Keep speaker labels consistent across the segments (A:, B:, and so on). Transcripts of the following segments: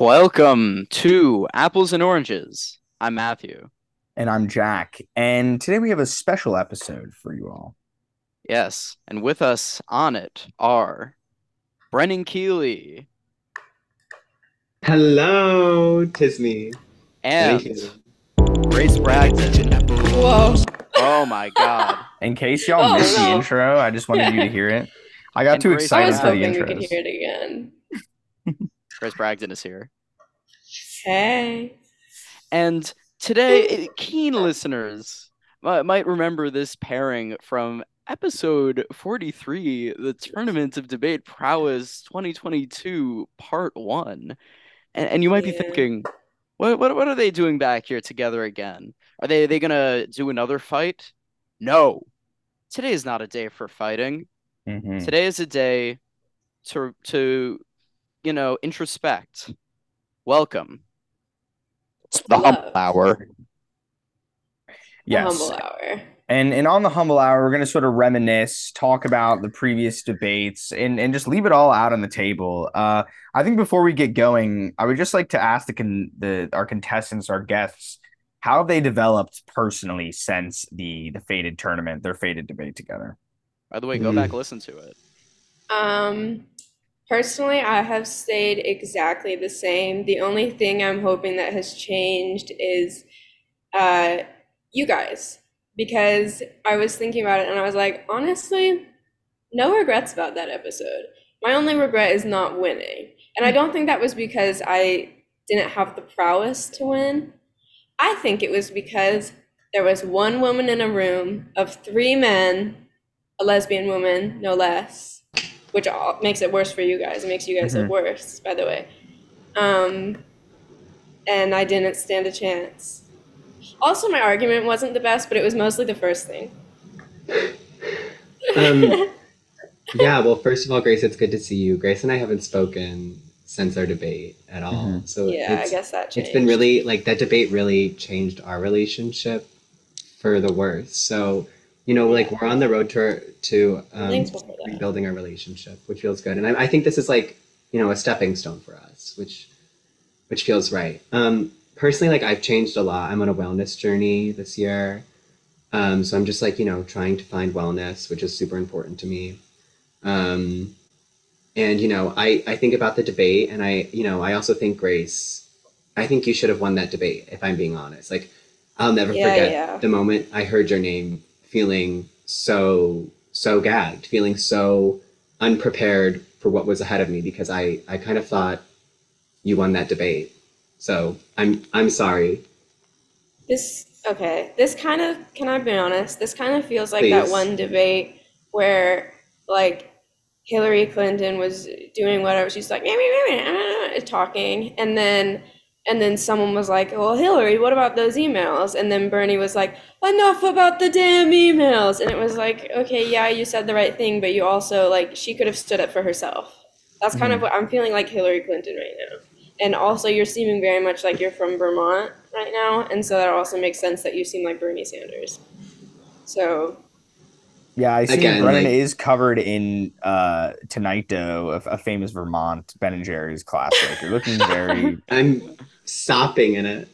A: Welcome to Apples and Oranges. I'm Matthew.
B: And I'm Jack. And today we have a special episode for you all.
A: Yes, and with us on it are Brennan Keeley
C: Hello, Disney.
A: and Grace Bragdon.
D: Whoa.
A: Oh my god.
B: In case y'all
D: Oh,
B: missed the
D: no.
B: intro, I just wanted you to hear it. I got
A: And
B: too
A: Grace-
D: I
A: Excited
B: excited
D: was
B: for the
D: hoping we could
B: intros.
D: hear it again.
A: Grace Bragdon is here.
D: Hey.
A: And today, eh, keen listeners mi- might remember this pairing from episode 43, the Tournament of Debate Prowess 2022, part one. And, and you might be
D: Yeah.
A: thinking, what, what, what are they doing back here together again? Are they, they going to do another fight? No. Today is not a day for fighting.
B: Mhm.
A: Today is a day to, to you know, introspect. Welcome. It's
D: the humble Love.
A: hour.
B: Yes.
D: Humble hour.
B: And and on the humble hour, we're gonna sort of reminisce, talk about the previous debates, and and just leave it all out on the table. Uh, I think before we get going, I would just like to ask the con- the our contestants, our guests, how have they developed personally since the the fated tournament, their fated debate together.
A: By the way, go
C: Mm.
A: back listen to it.
D: Um, personally, I have stayed exactly the same. The only thing I'm hoping that has changed is uh, you guys, because I was thinking about it and I was like, honestly, no regrets about that episode. My only regret is not winning. And I don't think that was because I didn't have the prowess to win. I think it was because there was one woman in a room of three men, a lesbian woman, no less, which all, makes it worse for you guys. It makes you guys look worse, by the way. Um, and I didn't stand a chance. Also, my argument wasn't the best, but it was mostly the first thing.
C: Um, yeah, well, first of all, Grace, it's good to see you. Grace and I haven't spoken since our debate at all.
B: Mhm.
C: So
D: yeah, I
C: it's,
D: guess that changed.
C: it's been really, like, that debate really changed our relationship for the worse. So, you know, like, we're on the road to, to um,
D: thankful for that.
C: rebuilding our relationship, which feels good. And I, I think this is, like, you know, a stepping stone for us, which which feels right. Um, personally, like I've changed a lot. I'm on a wellness journey this year. Um, so I'm just like, you know, trying to find wellness, which is super important to me. Um, and, you know, I, I think about the debate and I, you know, I also think Grace, I think you should have won that debate, if I'm being honest. Like, I'll never
D: Yeah,
C: forget
D: yeah.
C: the moment I heard your name feeling so, so gagged, feeling so unprepared for what was ahead of me because I, I kind of thought you won that debate. So I'm I'm sorry.
D: This okay. This kind of can I be honest? This kind of feels like that
C: Please.
D: one debate where like Hillary Clinton was doing whatever she's like, "Meow, meow, meow, meow," ah, talking, and then and then someone was like, "Well, Hillary, what about those emails?" And then Bernie was like, "Enough about the damn emails." And it was like, "Okay, yeah, you said the right thing, but you also like she could have stood up for herself." That's kind of what I'm feeling like Hillary Clinton right now. And also, you're seeming very much like you're from Vermont right now, and so that also makes sense that you seem like Bernie Sanders. So,
B: Yeah, I see.
C: Again,
B: Brennan
C: like-
B: is covered in uh Tonight Dough, a, a famous Vermont Ben and Jerry's classic. You're looking very.
C: I'm sopping in it.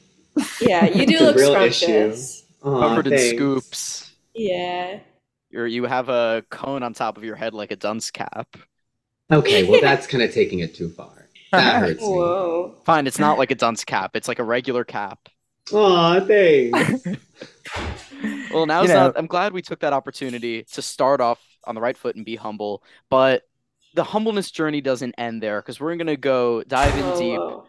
D: yeah, you do
C: The
D: look
C: real
D: scrumptious.
C: Aw,
A: Covered in
C: thanks.
A: scoops.
D: Yeah.
A: You're, you have a cone on top of your head like a dunce cap.
C: Okay, well that's kind of taking it too far. That hurts me.
D: Whoa.
A: Fine, it's not like a dunce cap. It's like a regular cap.
C: Aw, thanks.
A: Well, now
B: You
A: it's
B: know.
A: not. I'm glad we took that opportunity to start off on the right foot and be humble. But the humbleness journey doesn't end there because we're gonna go dive in
D: Whoa,
C: Oh,
A: deep
D: whoa.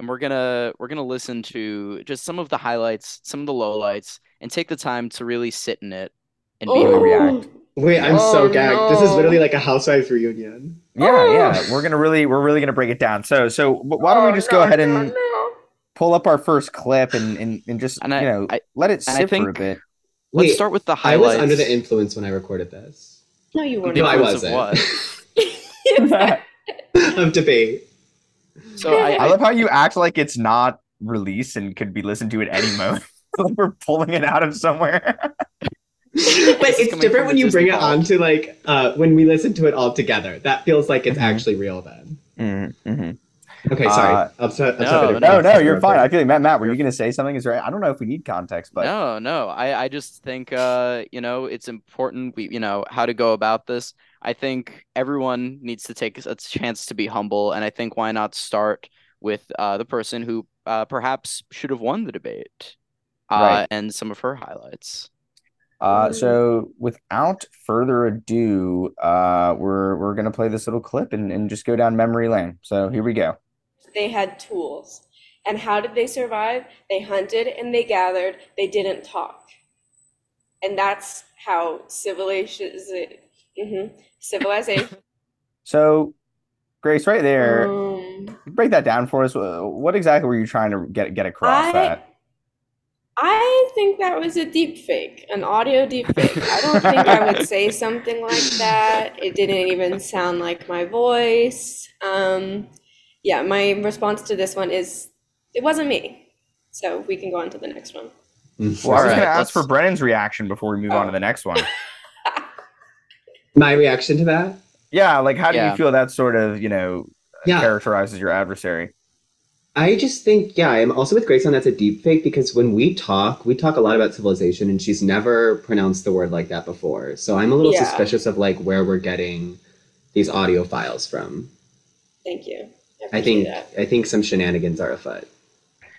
A: and we're gonna we're gonna listen to just some of the highlights, some of the lowlights, and take the time to really sit in it and be
B: Oh.
A: humble.
B: react.
C: Wait, I'm
D: Oh,
C: so gagged. This is
D: no.
C: literally like a housewives reunion.
B: Yeah,
D: Oh.
B: yeah. We're gonna really, we're really gonna break it down. So, so wh- why don't we
D: Oh,
B: just
D: no,
B: go ahead
D: no,
B: and
D: no.
B: pull up our first clip and and, and just
A: And I-
B: you know
A: I-
B: let it
A: and I
B: sit for a
A: think-
B: bit.
A: Let's
C: Wait,
A: start with the
C: I
A: highlights.
C: was under the influence when I recorded this.
D: No, you weren't.
C: No, I
A: Influence of
C: wasn't.
B: I
C: of debate.
A: So I, I
B: love how you act like it's not released and could be listened to at any moment. like we're pulling it out of somewhere.
C: but
A: This is
C: it's
A: coming from
C: different when
A: the
C: you bring
A: Disney
C: it on to like uh, when we listen to it all together. That feels like it's
B: Mhm.
C: actually real then.
B: Mm-hmm.
C: Okay, sorry.
B: Uh,
C: I'm so- I'm
A: No,
C: sorry.
B: No, no,
C: That's
B: you're fine. I
C: okay.
B: feel like Matt, Matt, were you gonna say something? Is right? I don't know if we need context, but
A: no, no. I, I just think uh, you know, it's important we you know how to go about this. I think everyone needs to take a chance to be humble, and I think why not start with uh the person who uh perhaps should have won the debate. Uh
B: Right.
A: and some of her highlights.
B: Uh, so without further ado, uh, we're we're gonna play this little clip and, and just go down memory lane. So here we go.
D: They had tools. And how did they survive? They hunted and they gathered. They didn't talk. And that's how civilization hmm civilization.
B: So, Grace, right there,
D: Um,
B: break that down for us. Wh- What exactly were you trying to get get across
D: I,
B: that?
D: I think that was a deep fake, an audio deep fake. I don't think I would say something like that. It didn't even sound like my voice. Um, yeah, my response to this one is it wasn't me. So we can go on to the next one.
C: Mm.
B: Well, I was
A: Alright,
B: gonna ask for
A: let's-
B: Brennan's reaction before we move on to
D: Oh.
B: the next one.
C: My reaction to that?
B: Yeah, like how do you
A: Yeah.
B: feel that sort of, you know,
C: Yeah.
B: characterizes your adversary?
C: I just think, yeah, I'm also with Grace on that's a deep fake because when we talk, we talk a lot about civilization, and she's never pronounced the word like that before. So I'm a little
D: Yeah.
C: suspicious of like where we're getting these audio files from.
D: Thank you.
C: I
D: appreciate
C: think
D: that.
C: I think some shenanigans are afoot.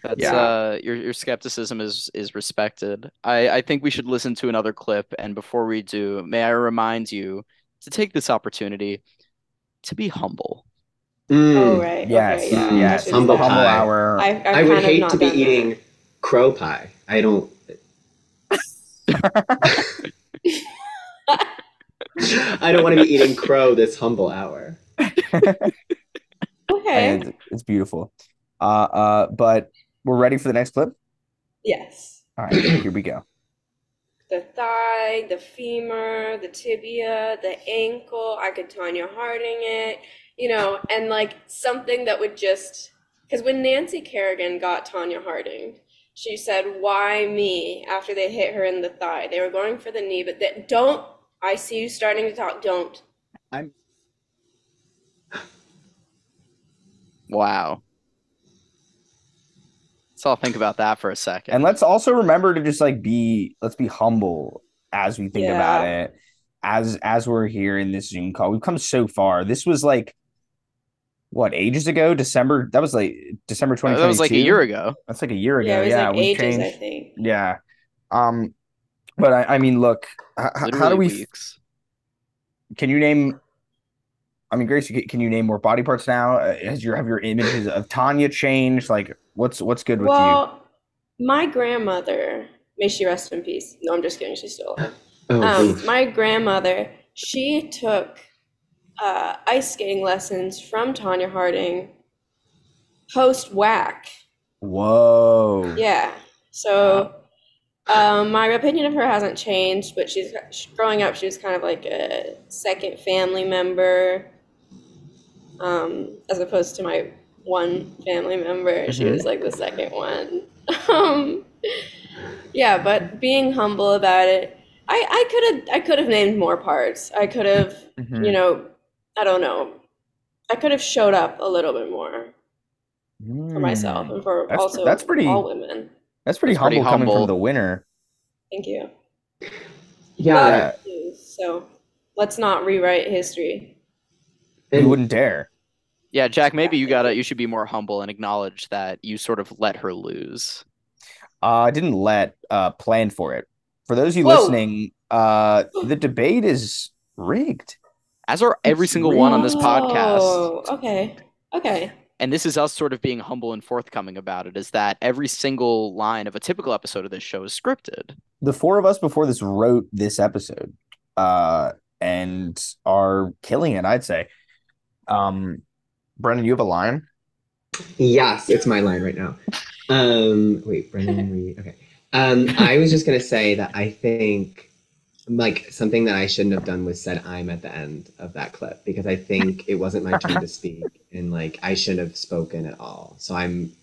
A: That's
B: Yeah.
A: uh your your skepticism is is respected. I I think we should listen to another clip and before we do, may I remind you to take this opportunity to be humble.
D: Oh,
C: Mm.
D: right. Okay,
B: Yes,
D: yeah, I
B: yes.
D: should
C: Humble
D: say that.
B: Humble
C: pie.
B: hour.
D: I, I've
C: I would
D: kind of
C: hate
D: not
C: to be
D: done that.
C: eating crow pie. I don't. I don't want to be eating crow this humble hour.
D: Okay.
B: It's, it's beautiful. Uh, uh, but we're ready for the next clip.
D: Yes.
B: All right, here we go.
D: the thigh, the femur, the tibia, the ankle. I could Tanya Harding it, you know, and like something that would just because when Nancy Kerrigan got Tanya Harding, she said, "Why me?" After they hit her in the thigh, they were going for the knee, but that don't. I see you starting to talk. Don't.
A: Wow. Let's all think about that for a second.
B: And let's also remember to just like be let's be humble as we think
D: Yeah.
B: about it. As as we're here in this Zoom call, we've come so far. This was like what ages ago? December. That was like December
A: Uh,
B: twenty.
A: that was like a year ago.
B: That's like a year ago.
D: yeah, it was like
B: we've
D: ages, I
B: changed.
D: think.
B: Yeah. Um, but I, I mean, look, h- h- how do
A: Literally
B: we?
A: weeks.
B: Can you name? I mean, Grace, you ca- can you name more body parts now? Uh, Has your have your images of Tanya changed? Like, what's what's good with you?
D: Well, my grandmother, may she rest in peace. No, I'm just kidding. She's still alive.
C: Oh,
D: Um,
C: oof.
D: my grandmother, she took uh, ice skating lessons from Tanya Harding post whack.
B: Whoa.
D: Yeah. So um, my opinion of her hasn't changed, but she's she- growing up, she was kind of like a second family member, um, as opposed to my one family member. She
B: Mhm.
D: was like the second one. Um, yeah, but being humble about it, I, I could have I could have named more parts. I could have
B: Mhm.
D: you know, I don't know. I could have showed up a little bit more for myself
B: Mm.
D: and for
B: That's-
D: also
B: that's pretty-
D: all women.
B: That's pretty
A: That's pretty
B: humble coming
A: humble.
B: from the winner.
D: Thank you. Uh,
C: yeah,
D: But, So let's not rewrite history.
B: You
C: and-
B: wouldn't dare.
A: Yeah, Jack, maybe you
D: Exactly.
A: gotta you should be more humble and acknowledge that you sort of let her lose.
B: Uh, I didn't let uh plan for it. For those of you
D: Whoa.
B: listening, uh, the debate is rigged.
A: As are every
B: It's
A: single one on this
B: real.
A: podcast.
D: Oh, okay. Okay.
A: And this is us sort of being humble and forthcoming about it, is that every single line of a typical episode of this show is scripted.
B: The four of us before this wrote this episode, uh, and are killing it. I'd say. Um, Brendan, you have a line.
C: Yes, it's my line right now. Um, wait, Brendan Reed. Okay. Um, I was just gonna say that I think like something that I shouldn't have done was said I'm at the end of that clip because I think it wasn't my turn to speak and like I shouldn't have spoken at all. So I'm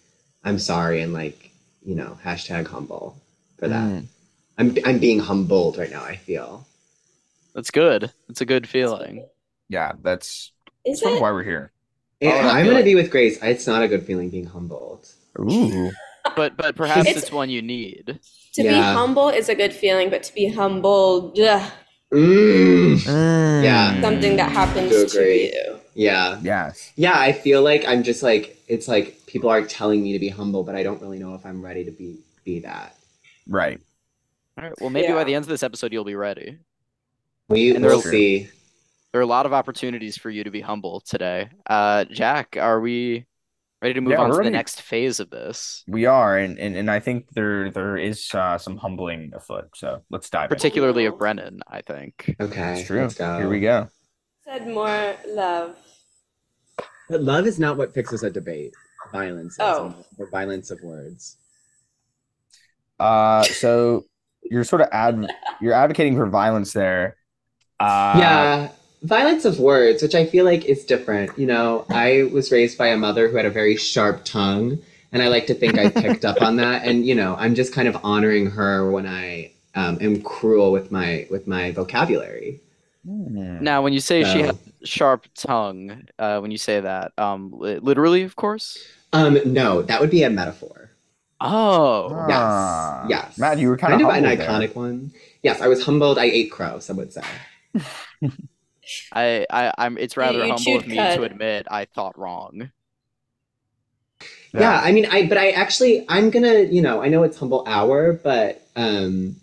C: I'm sorry and like, you know, hashtag humble for that.
A: Hmm.
B: Mm.
C: I'm I'm being humbled right now, I feel.
A: That's good. That's a good feeling.
B: Yeah, that's
D: Is
B: sort of
D: it?
B: why we're here.
C: And
A: Oh, I
C: I'm
A: feel
C: gonna
A: it.
C: be with Grace. It's not a good feeling being humbled.
B: Ooh.
A: But but perhaps
D: It's-
A: it's one you need.
D: To be
C: Yeah.
D: humble is a good feeling, but to be humbled, ugh,
C: Mm.
B: Hmm.
C: Yeah.
A: Hmm.
D: something that happens
C: So
D: to
C: great.
D: you.
C: Yeah.
B: Yes.
C: Yeah, I feel like I'm just like it's like people are telling me to be humble, but I don't really know if I'm ready to be be that.
B: Right.
A: All right. Well, maybe by
D: Yeah.
A: the end of this episode, you'll be ready.
C: We
A: And
C: will
B: there's-
C: see.
A: There are a lot of opportunities for you to be humble today. Uh, Jack, are we ready to move
B: Yeah,
A: on to
B: we're
A: the
B: ready.
A: next phase of this?
B: We are, and and, and I think there there is uh, some humbling afoot. So let's dive in.
A: Particularly of
D: Wow.
A: Brennan, I think.
C: Okay.
B: It's true.
C: Let's go.
B: Here we go.
D: Said more love.
C: But love is not what fixes a debate. Violence is
D: Oh.
C: or violence of words.
B: Uh, so you're sort of ad you're advocating for violence there. Uh,
C: yeah. Violence of words, which I feel like is different. You know, I was raised by a mother who had a very sharp tongue, and I like to think I picked up on that. And you know, I'm just kind of honoring her when I um, am cruel with my with my vocabulary.
B: Hmm.
A: Now, when you say she
C: So-
A: has a sharp tongue, uh, when you say that, um, li- literally, of course.
C: Um, no, that would be a metaphor.
A: Oh,
C: Yes,
B: Ah.
C: yes.
B: Matt, you were kind,
C: Kind of an
B: humbled there.
C: iconic one. Yes, I was humbled. I ate crow. Some would say.
A: I, I, I'm. It's rather
D: you
A: humble of
D: chewed
A: me
D: cud.
A: to admit I thought wrong.
C: Yeah. I mean, I but I actually I'm gonna you know I know it's humble hour, but um,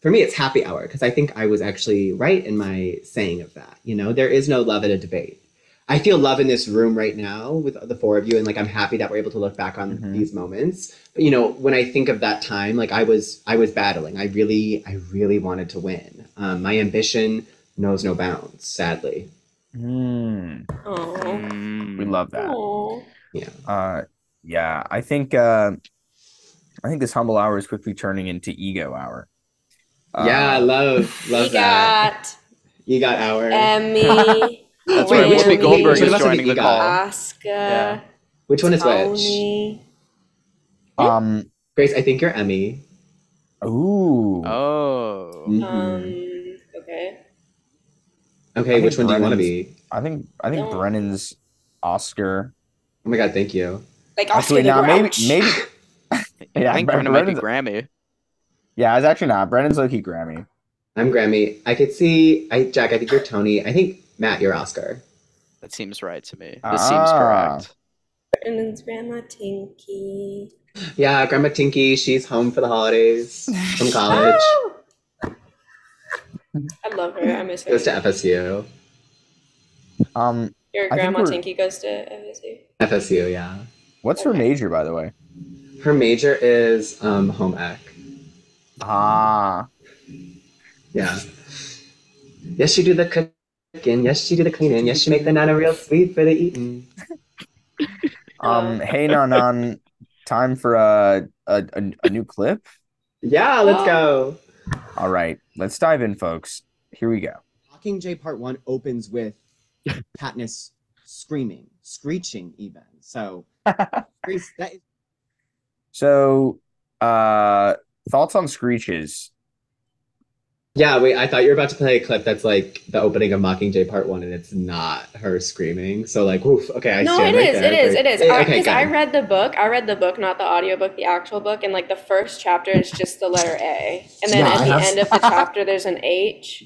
C: for me it's happy hour because I think I was actually right in my saying of that. You know, there is no love in a debate. I feel love in this room right now with the four of you, and like I'm happy that we're able to look back on
B: Mhm.
C: these moments. But you know, when I think of that time, like I was I was battling. I really I really wanted to win. Um, my ambition knows no bounds. Sadly,
B: Hmm.
D: Oh.
B: we
A: Mm.
B: love that.
C: yeah.
B: Uh, yeah, I think uh, I think this humble hour is quickly turning into ego hour. Uh,
C: yeah, love, love
D: He
C: that.
D: got
C: You got hour.
D: Emmy,
A: That's
C: Wait,
A: right.
C: what-
A: Whoopi
C: wait,
A: Goldberg
C: wait, what
A: is
C: about something
A: joining the
C: you got?
A: call.
D: Oscar,
A: Yeah.
C: Which one is which?
D: Tony.
B: Um.
C: Grace, I think you're Emmy.
B: Ooh.
C: Mm-hmm.
A: Oh,
D: Um, okay.
C: okay, which
B: I think
C: one do you want to
B: Brennan's-
C: be?
B: I think I think
D: Don't-
B: Brennan's Oscar.
C: Oh my god, thank you.
D: Like Oscar
B: Actually,
D: the
B: now maybe
D: Grouch.
B: maybe Yeah,
A: I think
B: Bre-
A: Brennan might be
B: Brennan's-
A: Grammy.
B: yeah. It's actually not. Brennan's low key Grammy.
C: I'm Grammy. I could see I Jack, I think you're Tony. I think Matt, you're Oscar.
A: That seems right to me. This
B: Ah.
A: seems correct.
D: And then Grandma Tinky.
C: Yeah, Grandma Tinky, she's home for the holidays from college.
B: Oh!
D: I love her. I miss her.
C: Goes to FSU.
B: Um.
D: Your
B: I think
D: grandma
B: we're-
D: Tinky goes to FSU.
C: FSU, yeah.
B: What's her major, by the way?
C: Her major is um home ec.
B: Ah.
C: Yeah. Yes, she do the cooking. Yes, she do the cleaning. Yes, she make the nana real sweet for the eating.
B: Um. Hey, non non. Time for a a a, a new clip.
C: Yeah, let's go.
B: All right, let's dive in, folks. Here we go.
C: Mocking Jay Part One opens with Katniss screaming, screeching, even. So, Grace, that is
B: So, uh, thoughts on screeches?
C: yeah. Wait, I thought you were about to play a clip that's like the opening of Mocking Jay Part One, and it's not her screaming. So, like, oof. Okay, I
D: no, it
C: stand right
D: is,
C: there.
D: it is. It is.
C: Great. Eh,
D: I-
C: Okay,
D: Because
C: good.
D: I read the book. I read the book, not the audiobook, the actual book. And like the first chapter is just the letter A. And then
C: Yeah,
D: at
C: I
D: the
C: have-
D: end of the chapter, there's an H.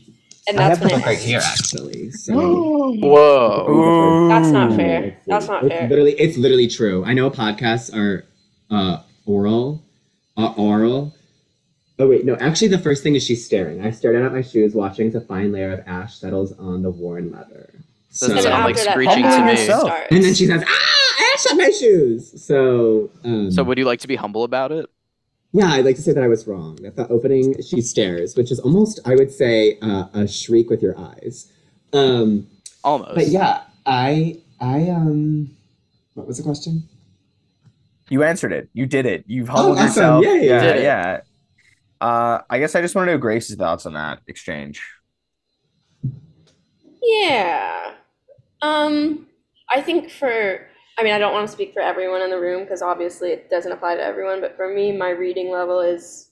D: And
C: I
D: that's
C: have the
D: when
C: book
D: it
C: right
D: ends.
C: here, actually. So.
A: Whoa.
D: That's not fair.
C: Let's see.
D: That's not
C: it's
D: fair.
C: Literally, it's literally true. I know podcasts are uh, oral, uh, oral. Oh wait, no. Actually, the first thing is she's staring. I stared down at my shoes, watching as a fine layer of ash settles on the worn leather. So,
A: Doesn't
D: And then
A: sound like
D: after that,
A: screeching
D: the
B: to
D: chapter
B: me.
D: starts.
C: and then she says, "Ah, ash on my shoes." So, um,
A: So would you like to be humble about it?
C: yeah, I'd like to say that I was wrong. At the opening, she stares, which is almost, I would say, uh, a shriek with your eyes. Um, but
A: Almost.
C: yeah, I, I um, what was the question?
B: You answered it. You did it. You've humbled
C: Oh, awesome.
B: yourself.
C: Yeah, yeah,
A: Oh, yeah. Did it.
B: yeah. Uh, I guess I just want to know Grace's thoughts on that exchange.
D: Yeah. Um, I think for, I mean, I don't want to speak for everyone in the room because obviously it doesn't apply to everyone, but for me, my reading level is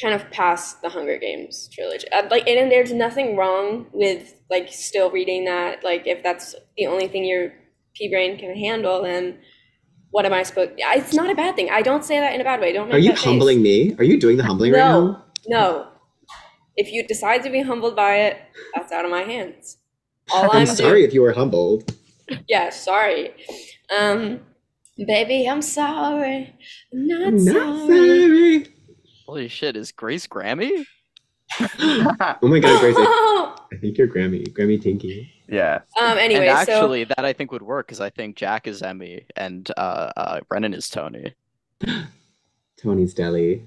D: kind of past the Hunger Games trilogy. Uh, Like, and there's nothing wrong with like still reading that, like if that's the only thing you're pea brain can handle, then what am I supposed? Yeah, It's not a bad thing. I don't say that in a bad way. Don't make
C: Are you
D: that face.
C: humbling me? Are you doing the humbling right
D: No.
C: now?
D: No. If you decide to be humbled by it, that's out of my hands. All
C: I'm
D: I'm
C: sorry if you were humbled.
D: Doing, yeah, sorry. Um, baby, I'm sorry. I'm not,
C: I'm not
D: sorry.
C: sorry.
A: Holy shit, is Grace Grammy?
C: Oh my god, Gracie.
D: um.
C: I think you're Grammy. Grammy Tinky.
B: yeah.
D: Anyway,
A: and
D: so
A: actually, that I think would work because I think Jack is Emmy and uh, uh, Brennan is Tony.
C: Tony's Deli.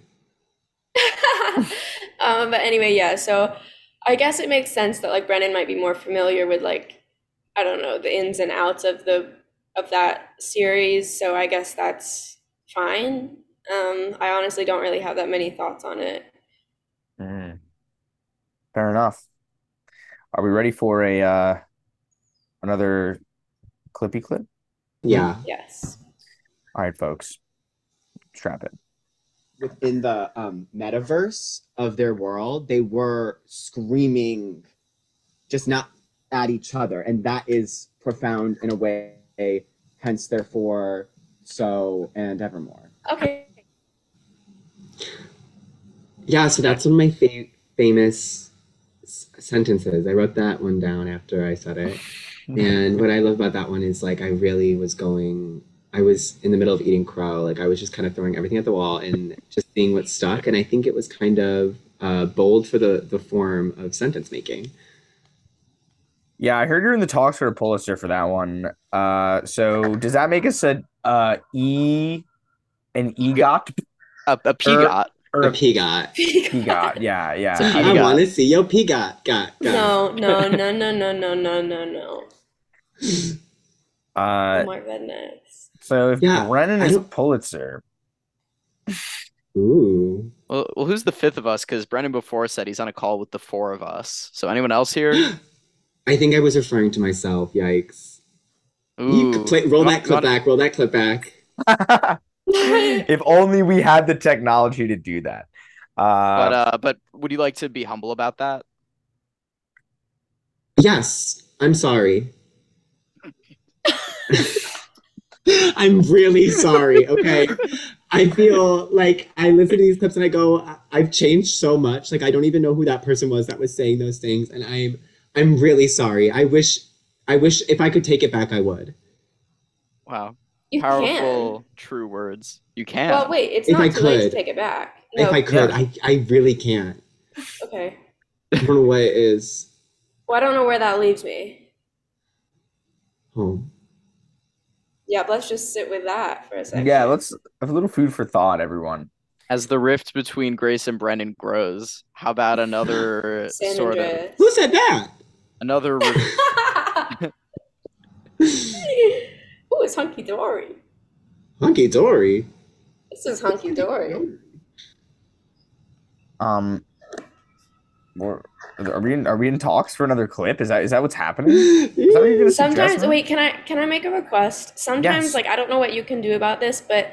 D: um, but anyway, yeah. So I guess it makes sense that like Brennan might be more familiar with like I don't know the ins and outs of the of that series. So I guess that's fine. Um, I honestly don't really have that many thoughts on it.
B: Mm. Fair enough. Are we ready for a uh another clippy clip?
C: Yeah.
D: Yes.
B: All right, folks. Strap it.
E: within the um, metaverse of their world, they were screaming, just not at each other, and that is profound in a way. Hence, therefore, so and evermore.
D: Okay.
C: Yeah, so that's one of my fa- famous s- sentences. I wrote that one down after I said it. And what I love about that one is like I really was going I was in the middle of eating crow. Like I was just kind of throwing everything at the wall and just seeing what stuck. And I think it was kind of uh, bold for the the form of sentence making.
B: Yeah, I heard you're in the talks for a Pulitzer for that one. Uh so does that make us a uh E an E EGOT
A: A, a
B: Er,
A: peagot.
B: or
C: A
B: a
C: peagot.
B: EGOT? Yeah, yeah.
A: It's a
B: I
C: I
B: think
A: peagot.
C: want to see your peagot. Got got.
D: No, no, no, no, no, no, no, no, no.
B: Uh
D: Oh my goodness.
B: so if
C: Yeah,
B: Brennan
C: I
B: is a
C: don't-
B: Pulitzer,
C: Ooh.
A: Well, well, who's the fifth of us? Because Brennan before said he's on a call with the four of us. So anyone else here?
C: I think I was referring to myself. Yikes. You
A: Ooh.
C: could play. Roll
A: You
C: that
A: want-
C: clip
A: you want-
C: back. Roll that clip back.
B: if only we had the technology to do that.
A: But
B: Uh,
A: uh, but would you like to be humble about that?
C: Yes, I'm sorry. I'm really sorry, okay? I feel like I listen to these clips and I go, I- I've changed so much. Like I don't even know who that person was that was saying those things, and I'm I'm really sorry. I wish I wish if I could take it back, I would.
A: Wow,
D: You
A: powerful,
D: can.
A: true words. You can.
D: Well, wait, it's
C: If
D: not
C: I
D: too late to
C: could.
D: take it back.
C: If
D: No,
C: I could, I I really can't.
D: okay.
C: I don't know what it is
D: Well, I don't know where that leaves me.
C: home.
D: Yeah, let's just sit with that for a
C: uh,
D: second.
B: yeah, let's have a little food for thought, everyone.
A: As the rift between Grace and Brennan grows, how about another
D: San
A: sort of
D: Andreas.
C: Who said that?
A: another re-
D: Ooh, it's hunky dory.
C: Hunky Dory.
D: This is hunky dory.
B: Um, we're, are we in, are we in talks for another clip? Is that is that what's happening? Is that what you're gonna
C: Ooh,
B: suggest,
D: Sometimes,
B: man?
D: wait, can I can I make a request? Sometimes,
B: Yes.
D: like I don't know what you can do about this, but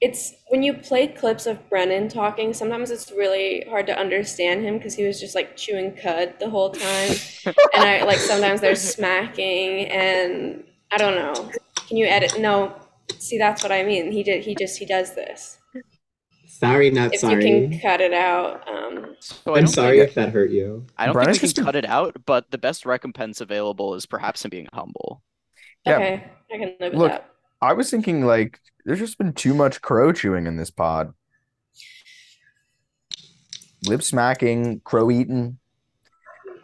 D: it's when you play clips of Brennan talking. Sometimes it's really hard to understand him because he was just like chewing cud the whole time, and I like sometimes there's smacking, and I don't know. Can you edit? No, see that's what I mean. He did. He just he does this.
C: Sorry, not
D: If
C: sorry.
D: you can cut it out, um,
A: So I
C: I'm
A: don't
C: sorry
A: Think,
C: if that hurt you.
A: I don't
B: Brennan's
A: think we
B: just
A: can
B: a-
A: cut it out, but the best recompense available is perhaps in being humble.
B: Yeah.
D: okay, I can live with
B: Look,
D: that.
B: I was thinking like there's just been too much crow chewing in this pod. Lip smacking, crow eating.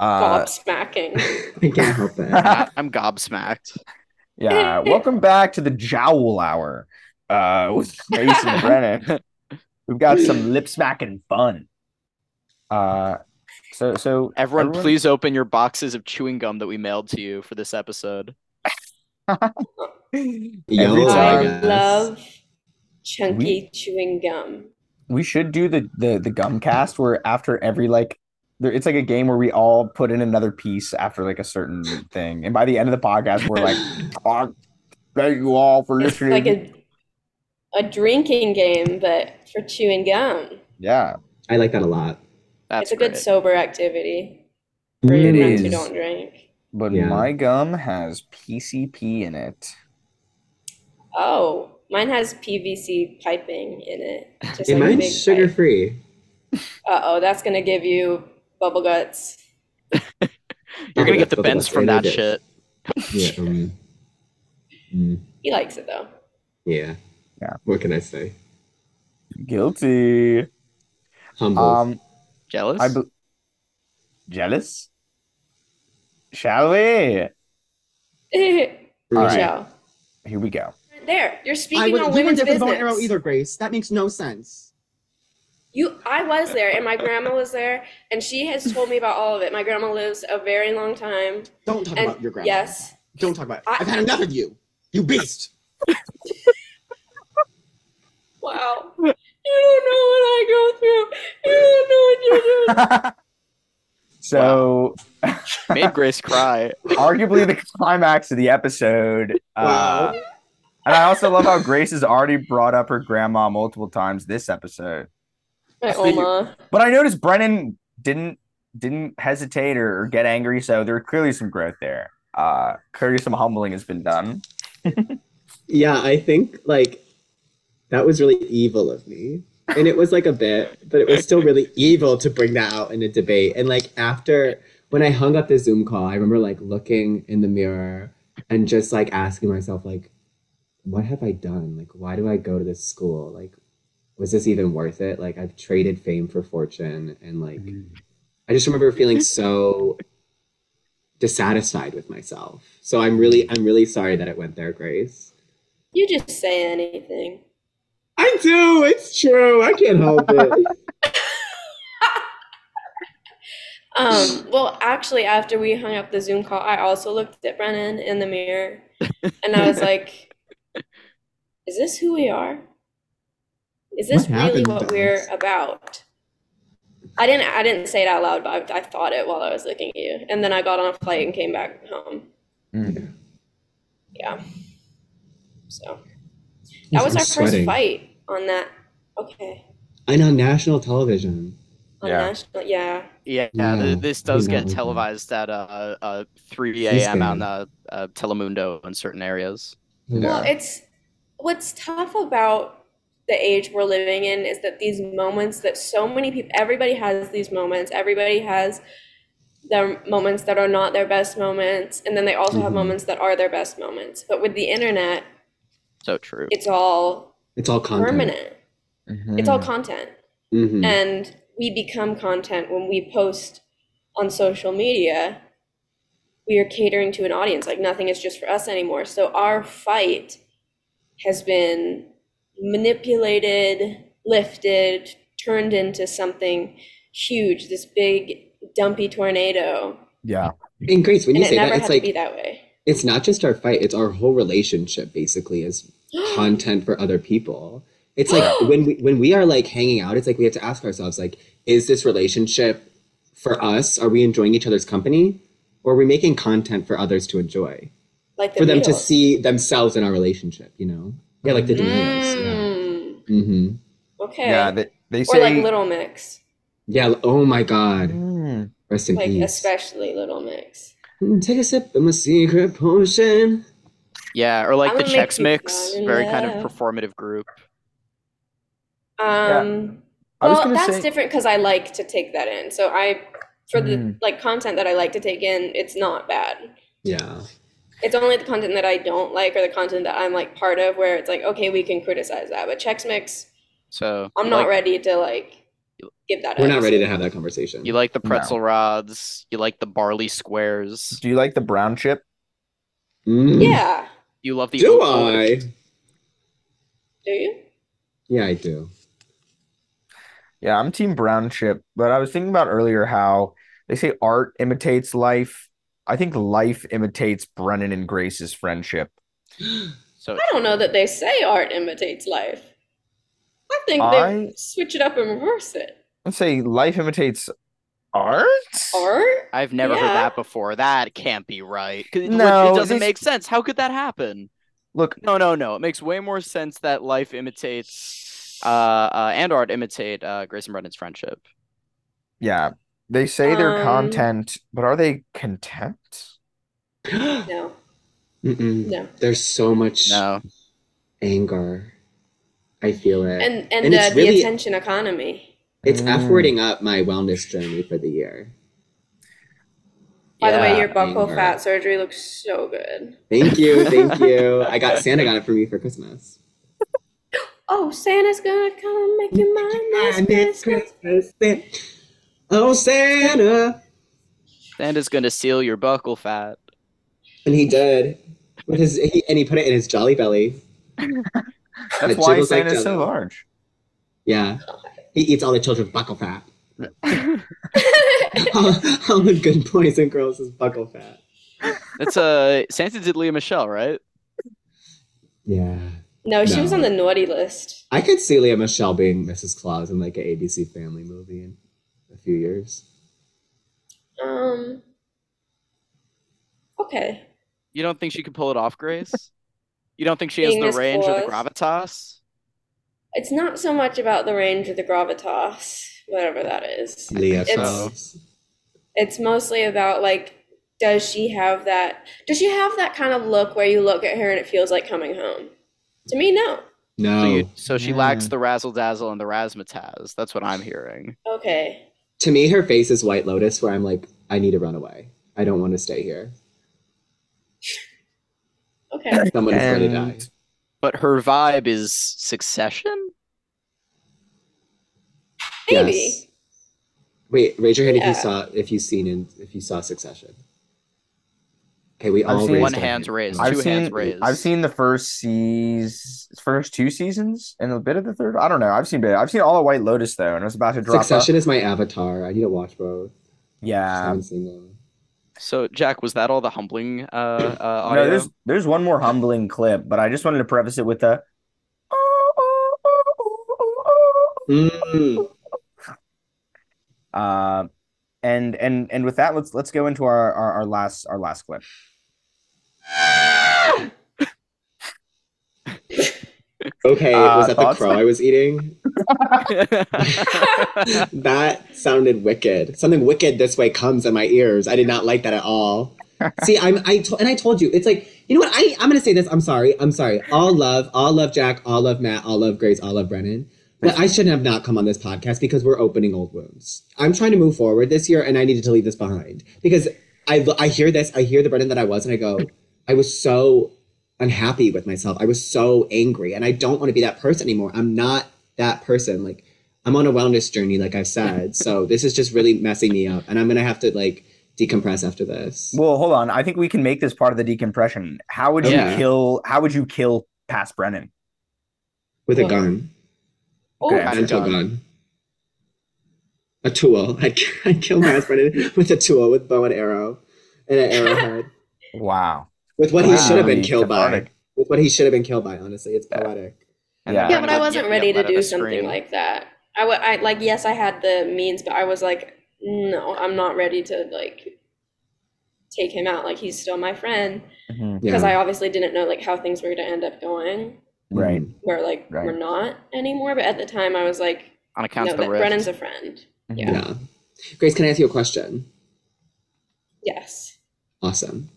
B: Uh,
D: Bob smacking.
C: I can't help it.
A: I'm gobsmacked.
B: yeah. Welcome back to the Jowl Hour. Uh, with Grace and Brennan, we've got some lip smacking fun. Uh, so so
A: Everyone, please open your boxes of chewing gum that we mailed to you for this episode.
B: please.
C: Yo,
B: Every
D: I
B: time.
C: guess.
D: love chunky chewing gum.
B: we should do the the the gum cast where after every like there, it's like a game where we all put in another piece after like a certain thing and by the end of the podcast we're like "Oh, thank you all for
D: It's
B: listening
D: like a a drinking game, but for chewing gum.
B: yeah
C: I like that a lot.
A: That's
D: It's a good
A: great.
D: sober activity for
B: It
D: you ones
B: is.
D: who don't drink.
B: but
C: Yeah.
B: my gum has pcp in it
D: Oh, mine has PVC piping in it. Just
C: Hey,
D: like a big
C: mine's sugar
D: pipe.
C: free.
D: Uh-oh, that's gonna give you bubble guts.
A: You're gonna get the bends from that shit.
C: Yeah. Um, mm,
D: He likes it though.
C: yeah.
B: Yeah.
C: What can I say?
B: Guilty.
C: Humble.
B: Um,
A: Jealous?
B: I be- jealous. Shall we?
D: Michelle,
B: all right. Here we go.
D: there, you're
E: I
D: speaking
E: would,
D: on
E: you weren't
D: women's
E: there for the bow and arrow
D: business.
E: either, Grace. That makes no sense.
D: You, I was there, and my grandma was there, and she has told me about all of it. My grandma lives a very long time,
E: Don't talk
D: and
E: about your grandma.
D: yes,
E: Don't talk about it.
D: I-
E: I've had enough of you. You beast.
D: Wow. You don't know what I go through. You don't know what you're doing.
B: So,
A: Made Grace cry.
B: arguably the climax of the episode. Uh, and I also love how Grace has already brought up her grandma multiple times this episode.
D: My
B: Speaking-
D: Oma.
B: But I noticed Brennan didn't didn't hesitate or, or get angry, so there clearly some growth there. Uh, clearly some humbling has been done.
C: Yeah, I think like that was really evil of me. And it was like a bit, but it was still really evil to bring that out in a debate. And like after when I hung up the Zoom call, I remember like looking in the mirror and just like asking myself like what have I done? Like why do I go to this school? Like was this even worth it? Like I've traded fame for fortune and like I just remember feeling so dissatisfied with myself. So I'm really I'm really sorry that it went there, Grace.
D: You just say anything.
C: I do. It's true. I can't help it.
D: Um, well, actually, after we hung up the Zoom call, I also looked at Brennan in the mirror and I was like, is this who we are? Is this
C: What
D: really
C: happened
D: what
C: to
D: we're
C: us?
D: about? I didn't I didn't say it out loud, but I, I thought it while I was looking at you. And then I got on a flight and came back home.
C: Mm.
D: Yeah. So that was
C: I'm
D: our first
C: sweating.
D: fight on that. Okay.
C: And on national television.
D: On
B: Yeah.
D: national, yeah.
A: Yeah,
C: Yeah,
A: th- this
C: I think
A: does
C: that
A: get
C: was it.
A: televised at uh, uh 3
C: Please
A: a.m. on
C: do.
A: uh, uh Telemundo in certain areas.
B: Yeah.
D: Well, it's what's tough about the age we're living in is that these moments that so many people, everybody has these moments. Everybody has their moments that are not their best moments, and then they also have
C: Mhm.
D: moments that are their best moments. But with the internet,
A: So true.
D: it's all
C: It's all content. Mm.
D: permanent.
B: Mm-hmm.
D: It's all content.
C: Mhm.
D: and we become content when we post on social media we are catering to an audience like nothing is just for us anymore so our fight has been manipulated lifted turned into something huge this big dumpy tornado
B: Yeah.
C: And Grace, when
D: and
C: you
D: it
C: say
D: never
C: that,
D: had
C: it's
D: to
C: like
D: be that way
C: it's not just our fight; it's our whole relationship. Basically, is content for other people. It's like when we when we are like hanging out, it's like we have to ask ourselves like, is this relationship for us? Are we enjoying each other's company, or are we making content for others to enjoy,
D: like the
C: for them to
D: Beatles.
C: see themselves in our relationship? You know, yeah, like the Beatles.
D: Mm,
C: Yeah. hmm
D: okay
B: Yeah. They, they
D: or
B: say.
D: like little mix
C: yeah. Oh my God.
B: Mm.
C: Rest in
D: like
C: peace.
D: especially little mix
C: Mm, Take a sip of my secret potion.
A: Yeah, or like
D: I'm
A: the
D: gonna make
A: Chex
D: you
A: Mix,
D: fall in
A: very kind
D: love.
A: of performative group.
D: Um,
B: I was
D: well,
B: gonna
D: that's
B: say-
D: different because I like to take that in. So I, for the
B: Mm.
D: like content that I like to take in, it's not bad.
C: Yeah.
D: It's only the content that I don't like or the content that I'm like part of where it's like, okay, we can criticize that. But Chex Mix,
A: So
D: I'm
A: you
D: not
A: like,
D: ready to like give that
C: We're
D: up.
C: not ready to have that conversation.
A: You like the
B: No.
A: pretzel rods. You like the barley squares.
B: Do you like the brown chip?
C: Mm.
D: Yeah.
A: You love the
C: Do
A: oatmeal.
C: I?
D: Do you?
C: Yeah, I do.
B: Yeah, I'm team brown chip, but I was thinking about earlier how they say art imitates life. I think life imitates Brennan and Grace's friendship.
A: So
D: I don't know that they say art imitates life. I think
B: I-
D: they switch it up and reverse it.
B: Let's say life imitates art?
D: Art?
A: I've never
D: Yeah.
A: heard that before. That can't be right. 'Cause it-
B: No,
A: it doesn't
B: this-
A: make sense. How could that happen?
B: Look,
A: No, no, no. It makes way more sense that life imitates uh, uh and art imitate uh Grace and Brendan's friendship.
B: yeah, they say they're
D: Um,
B: content, but are they content?
D: No,
C: Mm-mm.
D: no.
C: There's so much
A: No.
C: anger. I feel it.
D: and and,
C: And
D: uh,
C: it's
D: the
C: really-
D: attention economy.
C: it's
B: Mm.
C: f-wording up my wellness journey for the year.
D: By the way,
C: Yeah,
D: your buccal
C: anger.
D: fat surgery looks so good.
C: Thank you, thank you. I got Santa got it for me for Christmas.
D: Oh, Santa's gonna come and make you mine this Christmas.
C: Oh Santa,
A: Santa's gonna seal your buckle fat.
C: and he did. With his, he, and he put it in his jolly belly.
B: That's
C: It
B: why
C: jiggles like
B: Santa's so
C: jello.
B: large.
C: Yeah, he eats all the children's buckle fat. all, all the good boys and girls is buckle fat.
A: That's uh Santa did Leah Michelle, right?
C: Yeah,
D: no, she was
C: No.
D: on the naughty list.
C: I could see Leah Michelle being Mrs. Claus in like an ABC Family movie in a few years.
D: Um. Okay.
A: You don't think she could pull it off, Grace? You don't think she has
D: Being
A: the
D: Miss
A: range or the
D: Claus.
A: gravitas?
D: It's not so much about the range or the gravitas, whatever that is.
C: Leah
D: so.
C: Claus.
D: It's mostly about like, does she have that? Does she have that kind of look where you look at her and it feels like coming home? To me, no.
C: No.
A: So, you, so she lacks
B: Oh, yeah.
A: the razzle dazzle and the razzmatazz. That's what I'm hearing.
D: Okay.
C: to me, her face is White Lotus, where I'm like, I need to run away. I don't want to stay here.
D: Okay.
C: Someone is going to die.
B: And-
A: But her vibe is succession?
D: Maybe.
C: Yes. Wait, raise your hand
D: Yeah.
C: if you saw if you seen in if you saw Succession. Okay, we
B: I've
C: all
B: seen-
C: raised
A: One
C: our
A: hand's raised,
B: I've
A: two hands
B: seen
A: raised.
B: I've seen the first seas first two seasons and a bit of the third. I don't know. I've seen bit. I've seen all of White Lotus though, and I was about to drop. off.
C: Succession is my avatar. I need to watch both. I
B: Yeah.
C: haven't seen them.
A: So Jack, was that all the humbling uh, uh audio?
B: No, there's there's one more humbling clip, but I just wanted to preface it with a.
C: Mm.
B: Uh, and and and with that, let's let's go into our our, our last our last clip.
C: Okay,
B: Uh,
C: was that
B: thoughts?
C: the crow I was eating? that sounded wicked. Something wicked this way comes in my ears. I did not like that at all. See, I'm I to- and I told you it's like you know what I I'm gonna say this. I'm sorry. I'm sorry. All love, all love Jack, all love Matt, all love Grace, all love Brennan. But I shouldn't have not come on this podcast because we're opening old wounds. I'm trying to move forward this year, and I needed to leave this behind because I lo- I hear this, I hear the Brennan that I was, and I go, I was so unhappy with myself. I was so angry, and I don't want to be that person anymore. I'm not that person. Like I'm on a wellness journey, like I've said. So this is just really messing me up, and I'm gonna have to like decompress after this.
B: Well, hold on. I think we can make this part of the decompression. How would you
C: Yeah.
B: kill? How would you kill past Brennan?
C: with a
D: Well,
C: gun,
D: Oh,
B: Okay.
C: a
B: That's
C: mental
B: a gun.
C: gun. a tool. I'd, I'd kill my husband with a tool, with bow and arrow, and an arrowhead.
B: Wow.
C: With what he
B: Wow.
C: should have been
B: Really
C: killed by.
B: cathartic.
C: With what he should have been killed by. Honestly, it's poetic.
A: And
B: Yeah.
A: then
D: yeah, but I
A: let
D: wasn't
A: Yip
D: ready
A: Yip
D: to
A: let out
D: do
A: a
D: something
A: scream.
D: like that. I, w- I like yes, I had the means, but I was like, no, I'm not ready to like take him out. Like he's still my friend
B: Mhm.
D: because I obviously didn't know like how things were going to end up going.
B: Right.
D: Where like
B: Right.
D: we're not anymore, but at the time I was like,
A: on account
D: no,
A: of the
D: that
A: rift.
D: Brennan's a friend.
C: Yeah.
D: Yeah.
C: Grace, can I ask you a question?
D: Yes.
C: Awesome.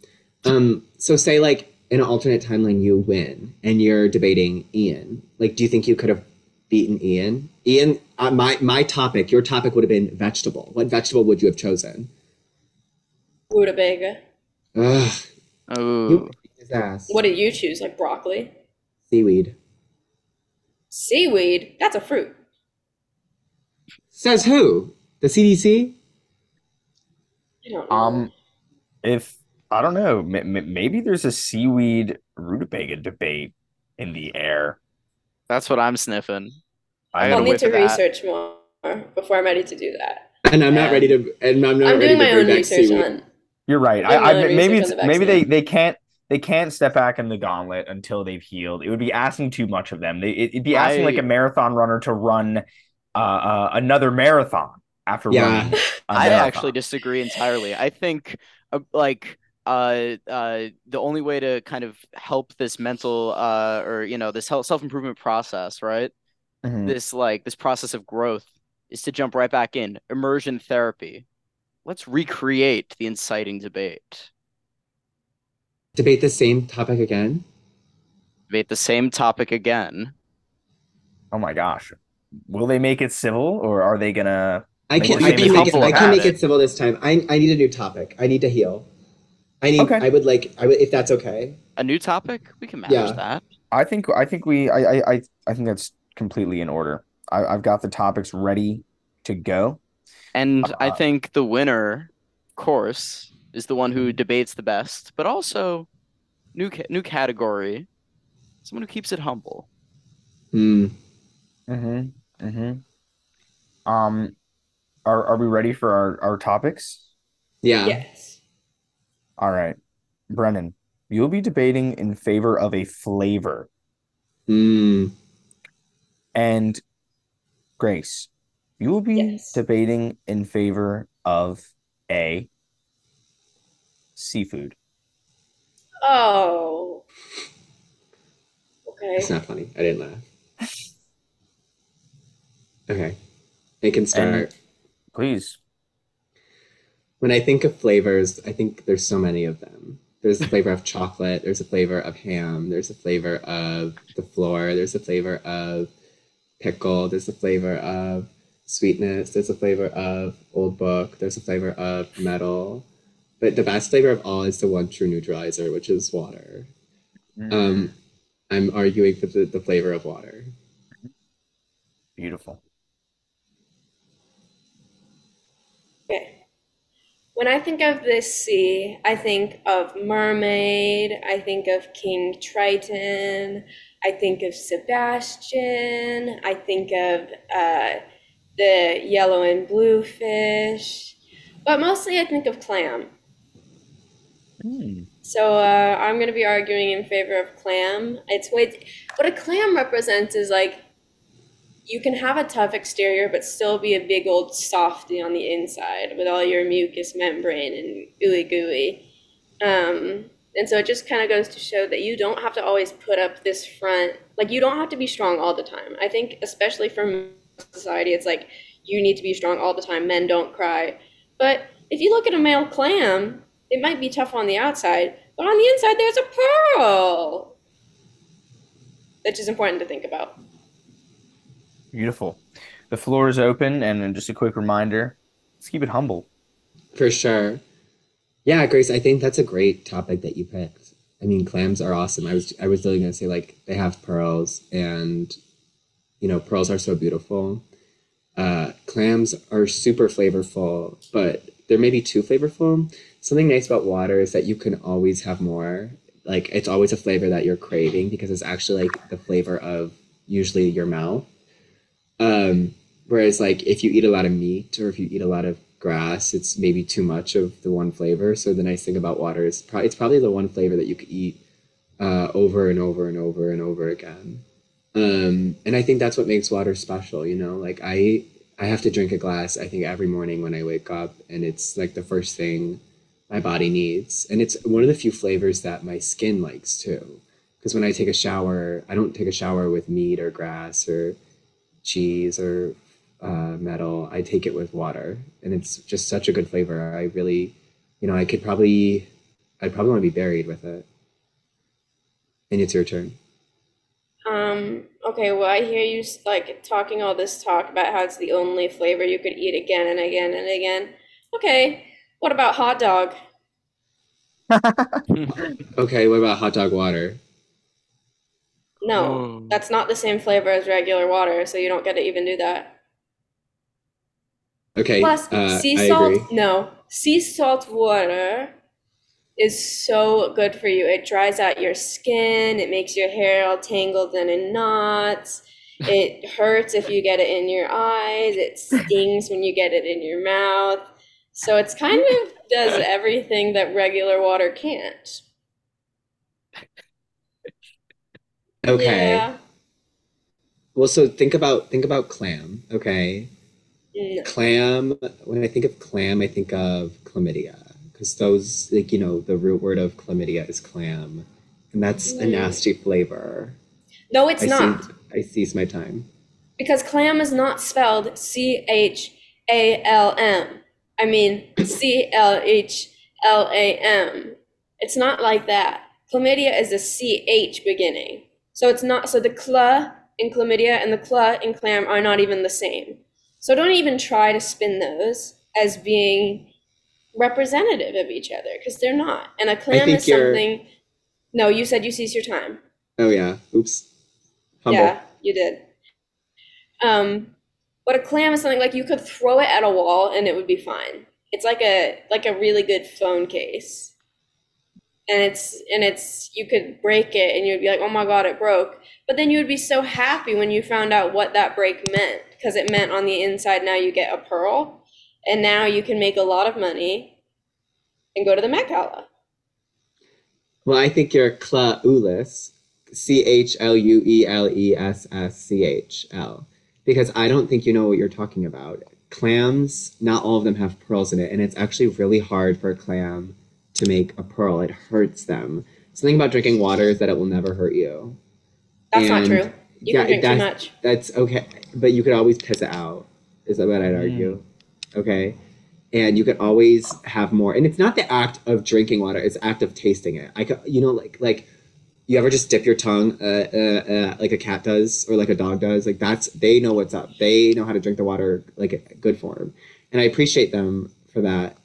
C: Um, so say like in an alternate timeline you win and you're debating Ian. Like, do you think you could have beaten Ian? Ian, uh, my my topic, your topic would have been vegetable. What vegetable would you have chosen?
D: Rutabaga.
C: Ugh,
A: Ooh.
C: his ass.
D: What did you choose? Like broccoli?
C: seaweed?
D: Seaweed? That's a fruit.
C: Says who? The CDC?
D: I don't know.
B: Um, if I don't know, m- m- maybe there's a seaweed rutabaga debate in the air.
A: That's what I'm sniffing. I
D: I'll
A: gotta
D: need
A: wait
D: to
A: for that.
D: research more before I'm ready to do that.
C: And I'm not
A: Yeah.
C: ready to. And I'm not ready
D: I'm doing
C: to
D: my
C: bring
D: own
C: back
D: research
C: seaweed.
D: on
B: You're right.
D: Doing
B: I,
D: my
B: I
D: own
B: maybe
D: research
B: it's
D: on the
B: maybe they
D: vaccine.
B: they can't they can't step back in the gauntlet until they've healed. It would be asking too much of them. They, it, would be asking like
A: I-
B: a marathon runner to run uh, uh another marathon after
C: Yeah.
B: running. a
A: I
B: marathon.
A: actually disagree entirely. I think uh, like uh uh the only way to kind of help this mental uh or you know this self improvement process, right?
B: Mhm.
A: This like this process of growth is to jump right back in immersion therapy. Let's recreate the inciting debate.
C: Debate the same topic again.
A: debate the same topic again.
B: Oh my gosh. Will they make it civil or are they gonna
C: I can,
B: Like,
C: I
B: be
C: can make it,
A: humble
C: I can
A: about
C: make
A: it.
C: it civil this time. I, I need a new topic. I need to heal. I need.
B: Okay.
C: I would like. I would if that's okay.
A: A new topic? We can manage
C: Yeah.
A: that.
B: I think I think we I I I, I think that's completely in order. I, I've got the topics ready to go.
A: And I
B: Uh,
A: think the winner, of course, is the one who debates the best, but also new ca- new category, someone who keeps it humble.
C: Mm.
B: Mm-hmm. Mm-hmm. Um are are we ready for our, our topics?
C: Yeah.
D: Yes.
B: All right. Brennan, you'll be debating in favor of a flavor.
C: Mm.
B: And Grace, you will be
D: Yes.
B: debating in favor of a seafood.
D: Oh. Okay.
C: It's not funny. I didn't laugh. Okay. It can start.
B: Please.
C: when I think of flavors, I think there's so many of them. There's the flavor of chocolate, there's a flavor of ham, there's a flavor of the floor, there's a flavor of pickle, there's a flavor of sweetness, there's a flavor of old book, there's a flavor of metal. But the best flavor of all is the one true neutralizer, which is water. Um, I'm arguing for the, the flavor of water.
B: Beautiful.
D: Okay. When I think of this sea, I think of mermaid, I think of King Triton, I think of Sebastian, I think of uh, the yellow and blue fish, but mostly I think of clam.
B: Mm.
D: So uh, I'm going to be arguing in favor of clam. It's way, what a clam represents is like you can have a tough exterior, but still be a big old softy on the inside with all your mucous membrane and ooey gooey. Um, and so it just kind of goes to show that you don't have to always put up this front. Like you don't have to be strong all the time. I think especially for society, it's like you need to be strong all the time. Men don't cry, but if you look at a male clam, it might be tough on the outside, but on the inside there's a pearl, which is important to think about.
B: Beautiful. The floor is open, and then just a quick reminder let's keep it humble.
C: For sure. Yeah, Grace, I think that's a great topic that you picked. I mean, clams are awesome. I was I was really gonna say like they have pearls and you know, pearls are so beautiful. Uh, clams are super flavorful, but they're maybe too flavorful. Something nice about water is that you can always have more. Like it's always a flavor that you're craving because it's actually like the flavor of usually your mouth. Um, whereas like if you eat a lot of meat or if you eat a lot of grass, it's maybe too much of the one flavor. So the nice thing about water is pro- it's probably the one flavor that you could eat uh, over and over and over and over again. Um, and I think that's what makes water special, you know? Like I I have to drink a glass I think every morning when I wake up and it's like the first thing my body needs. And it's one of the few flavors that my skin likes too. Because when I take a shower, I don't take a shower with meat or grass or cheese or uh, metal. I take it with water, and it's just such a good flavor. I really, you know, I could probably, I'd probably want to be buried with it. And it's your turn.
D: Um, okay, well, I hear you s- like talking all this talk about how it's the only flavor you could eat again and again and again. Okay, what about hot dog?
C: Okay, what about hot dog water?
D: No,
A: Whoa.
D: that's not the same flavor as regular water, so you don't get to even do that.
C: Okay,
D: Plus,
C: uh,
D: sea
C: I
D: salt,
C: agree.
D: no, sea salt water is so good for you. It dries out your skin, it makes your hair all tangled and in knots. It hurts if you get it in your eyes, it stings when you get it in your mouth. So it's kind of does everything that regular water can't.
C: Okay.
D: Yeah.
C: Well, so think about think about clam. Okay,
D: No.
C: clam. When I think of clam, I think of chlamydia because those, like you know, the root word of chlamydia is clam, and that's a
D: Mm.
C: nasty flavor.
D: No, it's
C: I
D: not.
C: seize- I seize my time.
D: Because clam is not spelled C H A L M. I mean C L H L A M. It's not like that. Chlamydia is a C H beginning. So it's not so the cla in chlamydia and the cla in clam are not even the same. So don't even try to spin those as being representative of each other because they're not. And a clam
C: think
D: is
C: you're-
D: something. No, you said you cease your time.
C: Oh yeah. Oops. Humble.
D: Yeah, you did. Um, but a clam is something like you could throw it at a wall and it would be fine. It's like a like a really good phone case. And it's and it's you could break it and you'd be like, "Oh my God, it broke." But then you would be so happy when you found out what that break meant because it meant on the inside now you get a pearl and now you can make a lot of money and go to the Met Gala.
C: Well, I think you're Claulis, C H L U E L E S S C H L, because I don't think you know what you're talking about. Clams, not all of them have pearls in it, and it's actually really hard for a clam to make a pearl. It hurts them. Something about drinking water is that it will never hurt you.
D: That's not
C: And
D: true. You
C: yeah,
D: can drink too
C: that's-
D: much.
C: That's okay, but you could always piss it out. Is what I'd argue. Okay, and you could always have more. And it's not the act of drinking water; it's the act of tasting it. I, could, you know, like like you ever just dip your tongue, uh, uh, uh, like a cat does or like a dog does. Like that's they know what's up. They know how to drink the water like a good form, and I appreciate them for that.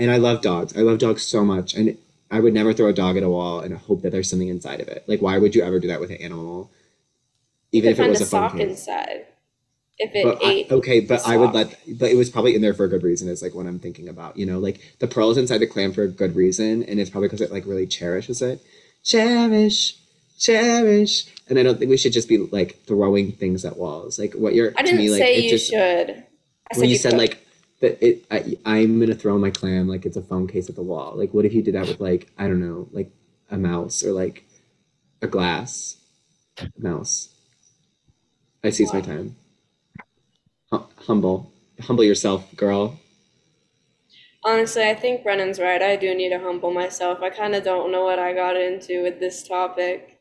C: And I love dogs. I love dogs so much, and I would never throw a dog at a wall and hope that there's something inside of it. Like, why would you ever do that with an animal?
D: You
C: Even
D: could
C: if it
D: find
C: was
D: a
C: a fun
D: sock
C: case.
D: inside if it
C: But I,
D: ate.
C: okay, but I would
D: sock.
C: let, but it was probably in there for a good reason. Is like what I'm thinking about. You know, like the pearls inside the clam for a good reason, and it's probably because it like really cherishes it. Cherish, cherish. And I don't think we should just be like throwing things at walls. Like what you're to
D: I didn't
C: me, like
D: say
C: it
D: you
C: just
D: should. I
C: when you said
D: could.
C: like that it I, i'm gonna throw my clam like it's a phone case at the wall like what if you did that with like i don't know like a mouse or like a glass mouse i seize my time Hum- humble humble yourself girl
D: honestly, I think Brennan's right. I do need to humble myself. I kind of don't know what I got into with this topic.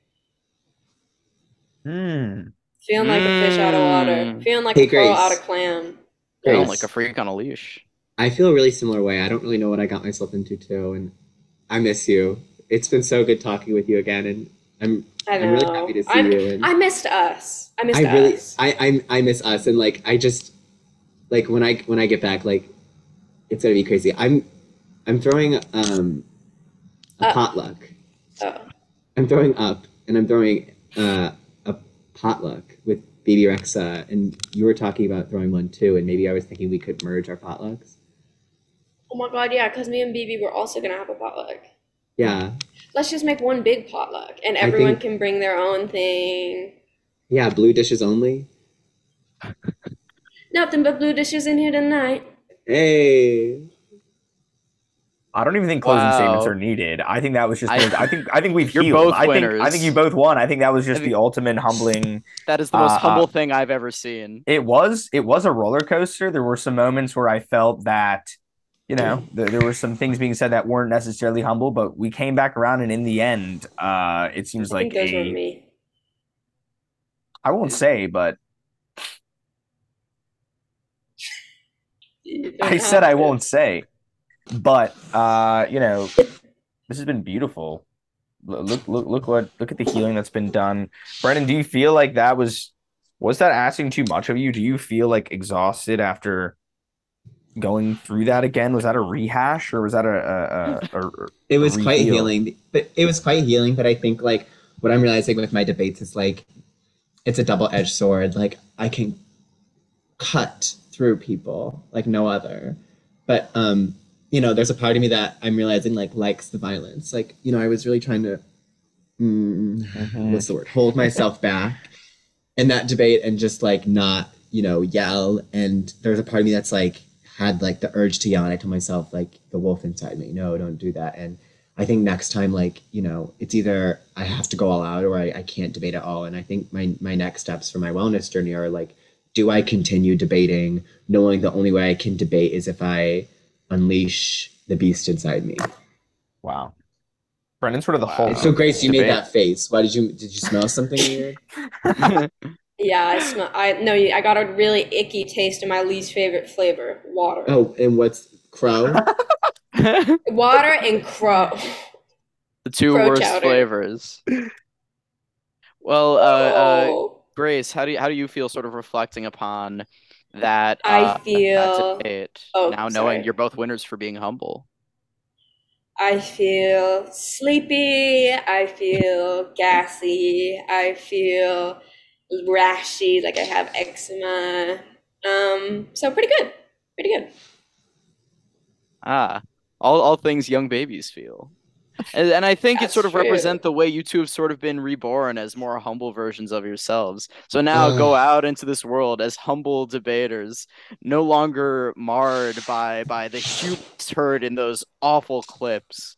B: Hmm.
D: Feeling like a fish out of water.
A: Mm.
D: Feeling like
C: Hey,
D: a pearl out
C: Grace.
D: of clam.
A: Sound
C: Grace,
A: like a freak on a leash.
C: i feel a really similar way i don't really know what i got myself into too and i miss you it's been so good talking with you again and i'm
D: I know.
C: i'm really happy to see
D: I'm-
C: you and
D: I missed us. I missed
C: I really,
D: us.
C: I, I, I miss us, and like, I just, like, when I, when I get back, like, it's gonna be crazy. I'm, I'm throwing um, a
D: Up.
C: potluck.
D: oh,
C: I'm throwing up, and I'm throwing uh, a potluck with BB Rexa, and you were talking about throwing one too, and maybe I was thinking we could merge our potlucks.
D: oh my god, yeah, because me and BB were also gonna have a potluck.
C: Yeah,
D: Let's just make one big potluck and
C: I
D: everyone
C: think-
D: can bring their own thing.
C: yeah, blue dishes only.
D: Nothing but blue dishes in here tonight.
C: Hey,
B: I don't even think closing statements
A: Wow.
B: are needed. I think that was just.
A: I-
B: I, think. I think we've
A: You're
B: healed.
A: both
B: I think. I think
A: winners.
B: you both won. I think that was just
A: think-
B: the ultimate humbling.
A: That is the most
B: Uh, uh,
A: humble thing I've ever seen.
B: It was. It was a roller coaster. There were some moments where I felt that, you know, th- there were some things being said that weren't necessarily humble, but we came back around, and in the end, uh, it seems
D: I
B: like
D: think those were
B: a.
D: me.
B: I won't say, but
D: You don't
B: I said I
D: have to.
B: won't say. But uh, you know, this has been beautiful. L- Look, look, look what look at the healing that's been done. Brendan, do you feel like that was was that asking too much of you? Do you feel like exhausted after going through that again? Was that a rehash or was that a a, a, a
C: it was quite
B: Reheal.
C: healing, but it was quite healing. But I think like what I'm realizing with my debates is like it's a double edged sword. Like I can cut through people like no other. But um, you know, there's a part of me that I'm realizing like likes the violence. Like, you know, I was really trying to mm,
B: Mm-hmm.
A: Mm-hmm.
C: what's the word? Hold myself back in that debate and just like not, you know, yell. And there's a part of me that's like had like the urge to yell and I told myself like the wolf inside me, no, don't do that. And I think next time, like, you know, it's either I have to go all out or I, I can't debate at all. And I think my my next steps for my wellness journey are like, do I continue debating, knowing the only way I can debate is if I unleash the beast inside me.
B: wow? Brendan, sort of the
A: Wow.
B: whole.
A: It's
C: So Grace, you made
B: debate.
C: that face. Why did you did you smell something weird?
D: Yeah, I smell. I no, you- I got a really icky taste in my least favorite flavor: water.
C: Oh, and what's crow?
A: the
D: Water and crow.
A: two
D: Crow
A: worst
D: chowder.
A: flavors. Well, uh, uh,
D: Oh,
A: Grace, how do you, how do you feel sort of reflecting upon that?
D: I
A: uh,
D: feel-
A: that debate,
D: Oh,
A: now knowing
D: sorry.
A: you're both winners for being humble.
D: I feel sleepy. I feel gassy. I feel rashy, like I have eczema. Um, so pretty good. Pretty good.
A: Ah, all all things young babies feel. And, and I think it
D: That's
A: sort of
D: true.
A: represent the way you two have sort of been reborn as more humble versions of yourselves. So now
C: Ugh.
A: go out into this world as humble debaters, no longer marred by by the hubris heard in those awful clips.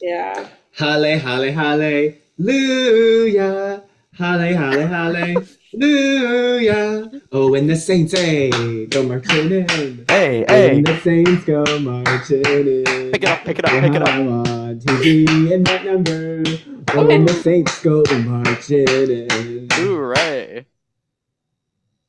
D: Yeah.
C: Halle, halle, halle, hallelujah. Halle, halle, halle, hallelujah. Oh, when the saints say, go marching in.
B: Hey,
C: Oh, When
B: hey.
C: the saints go marching in.
A: Pick it up, pick it up, pick it
C: I
A: up.
C: want to be in that number. Oh,
D: Okay.
C: when the saints go marching in.
A: Hooray!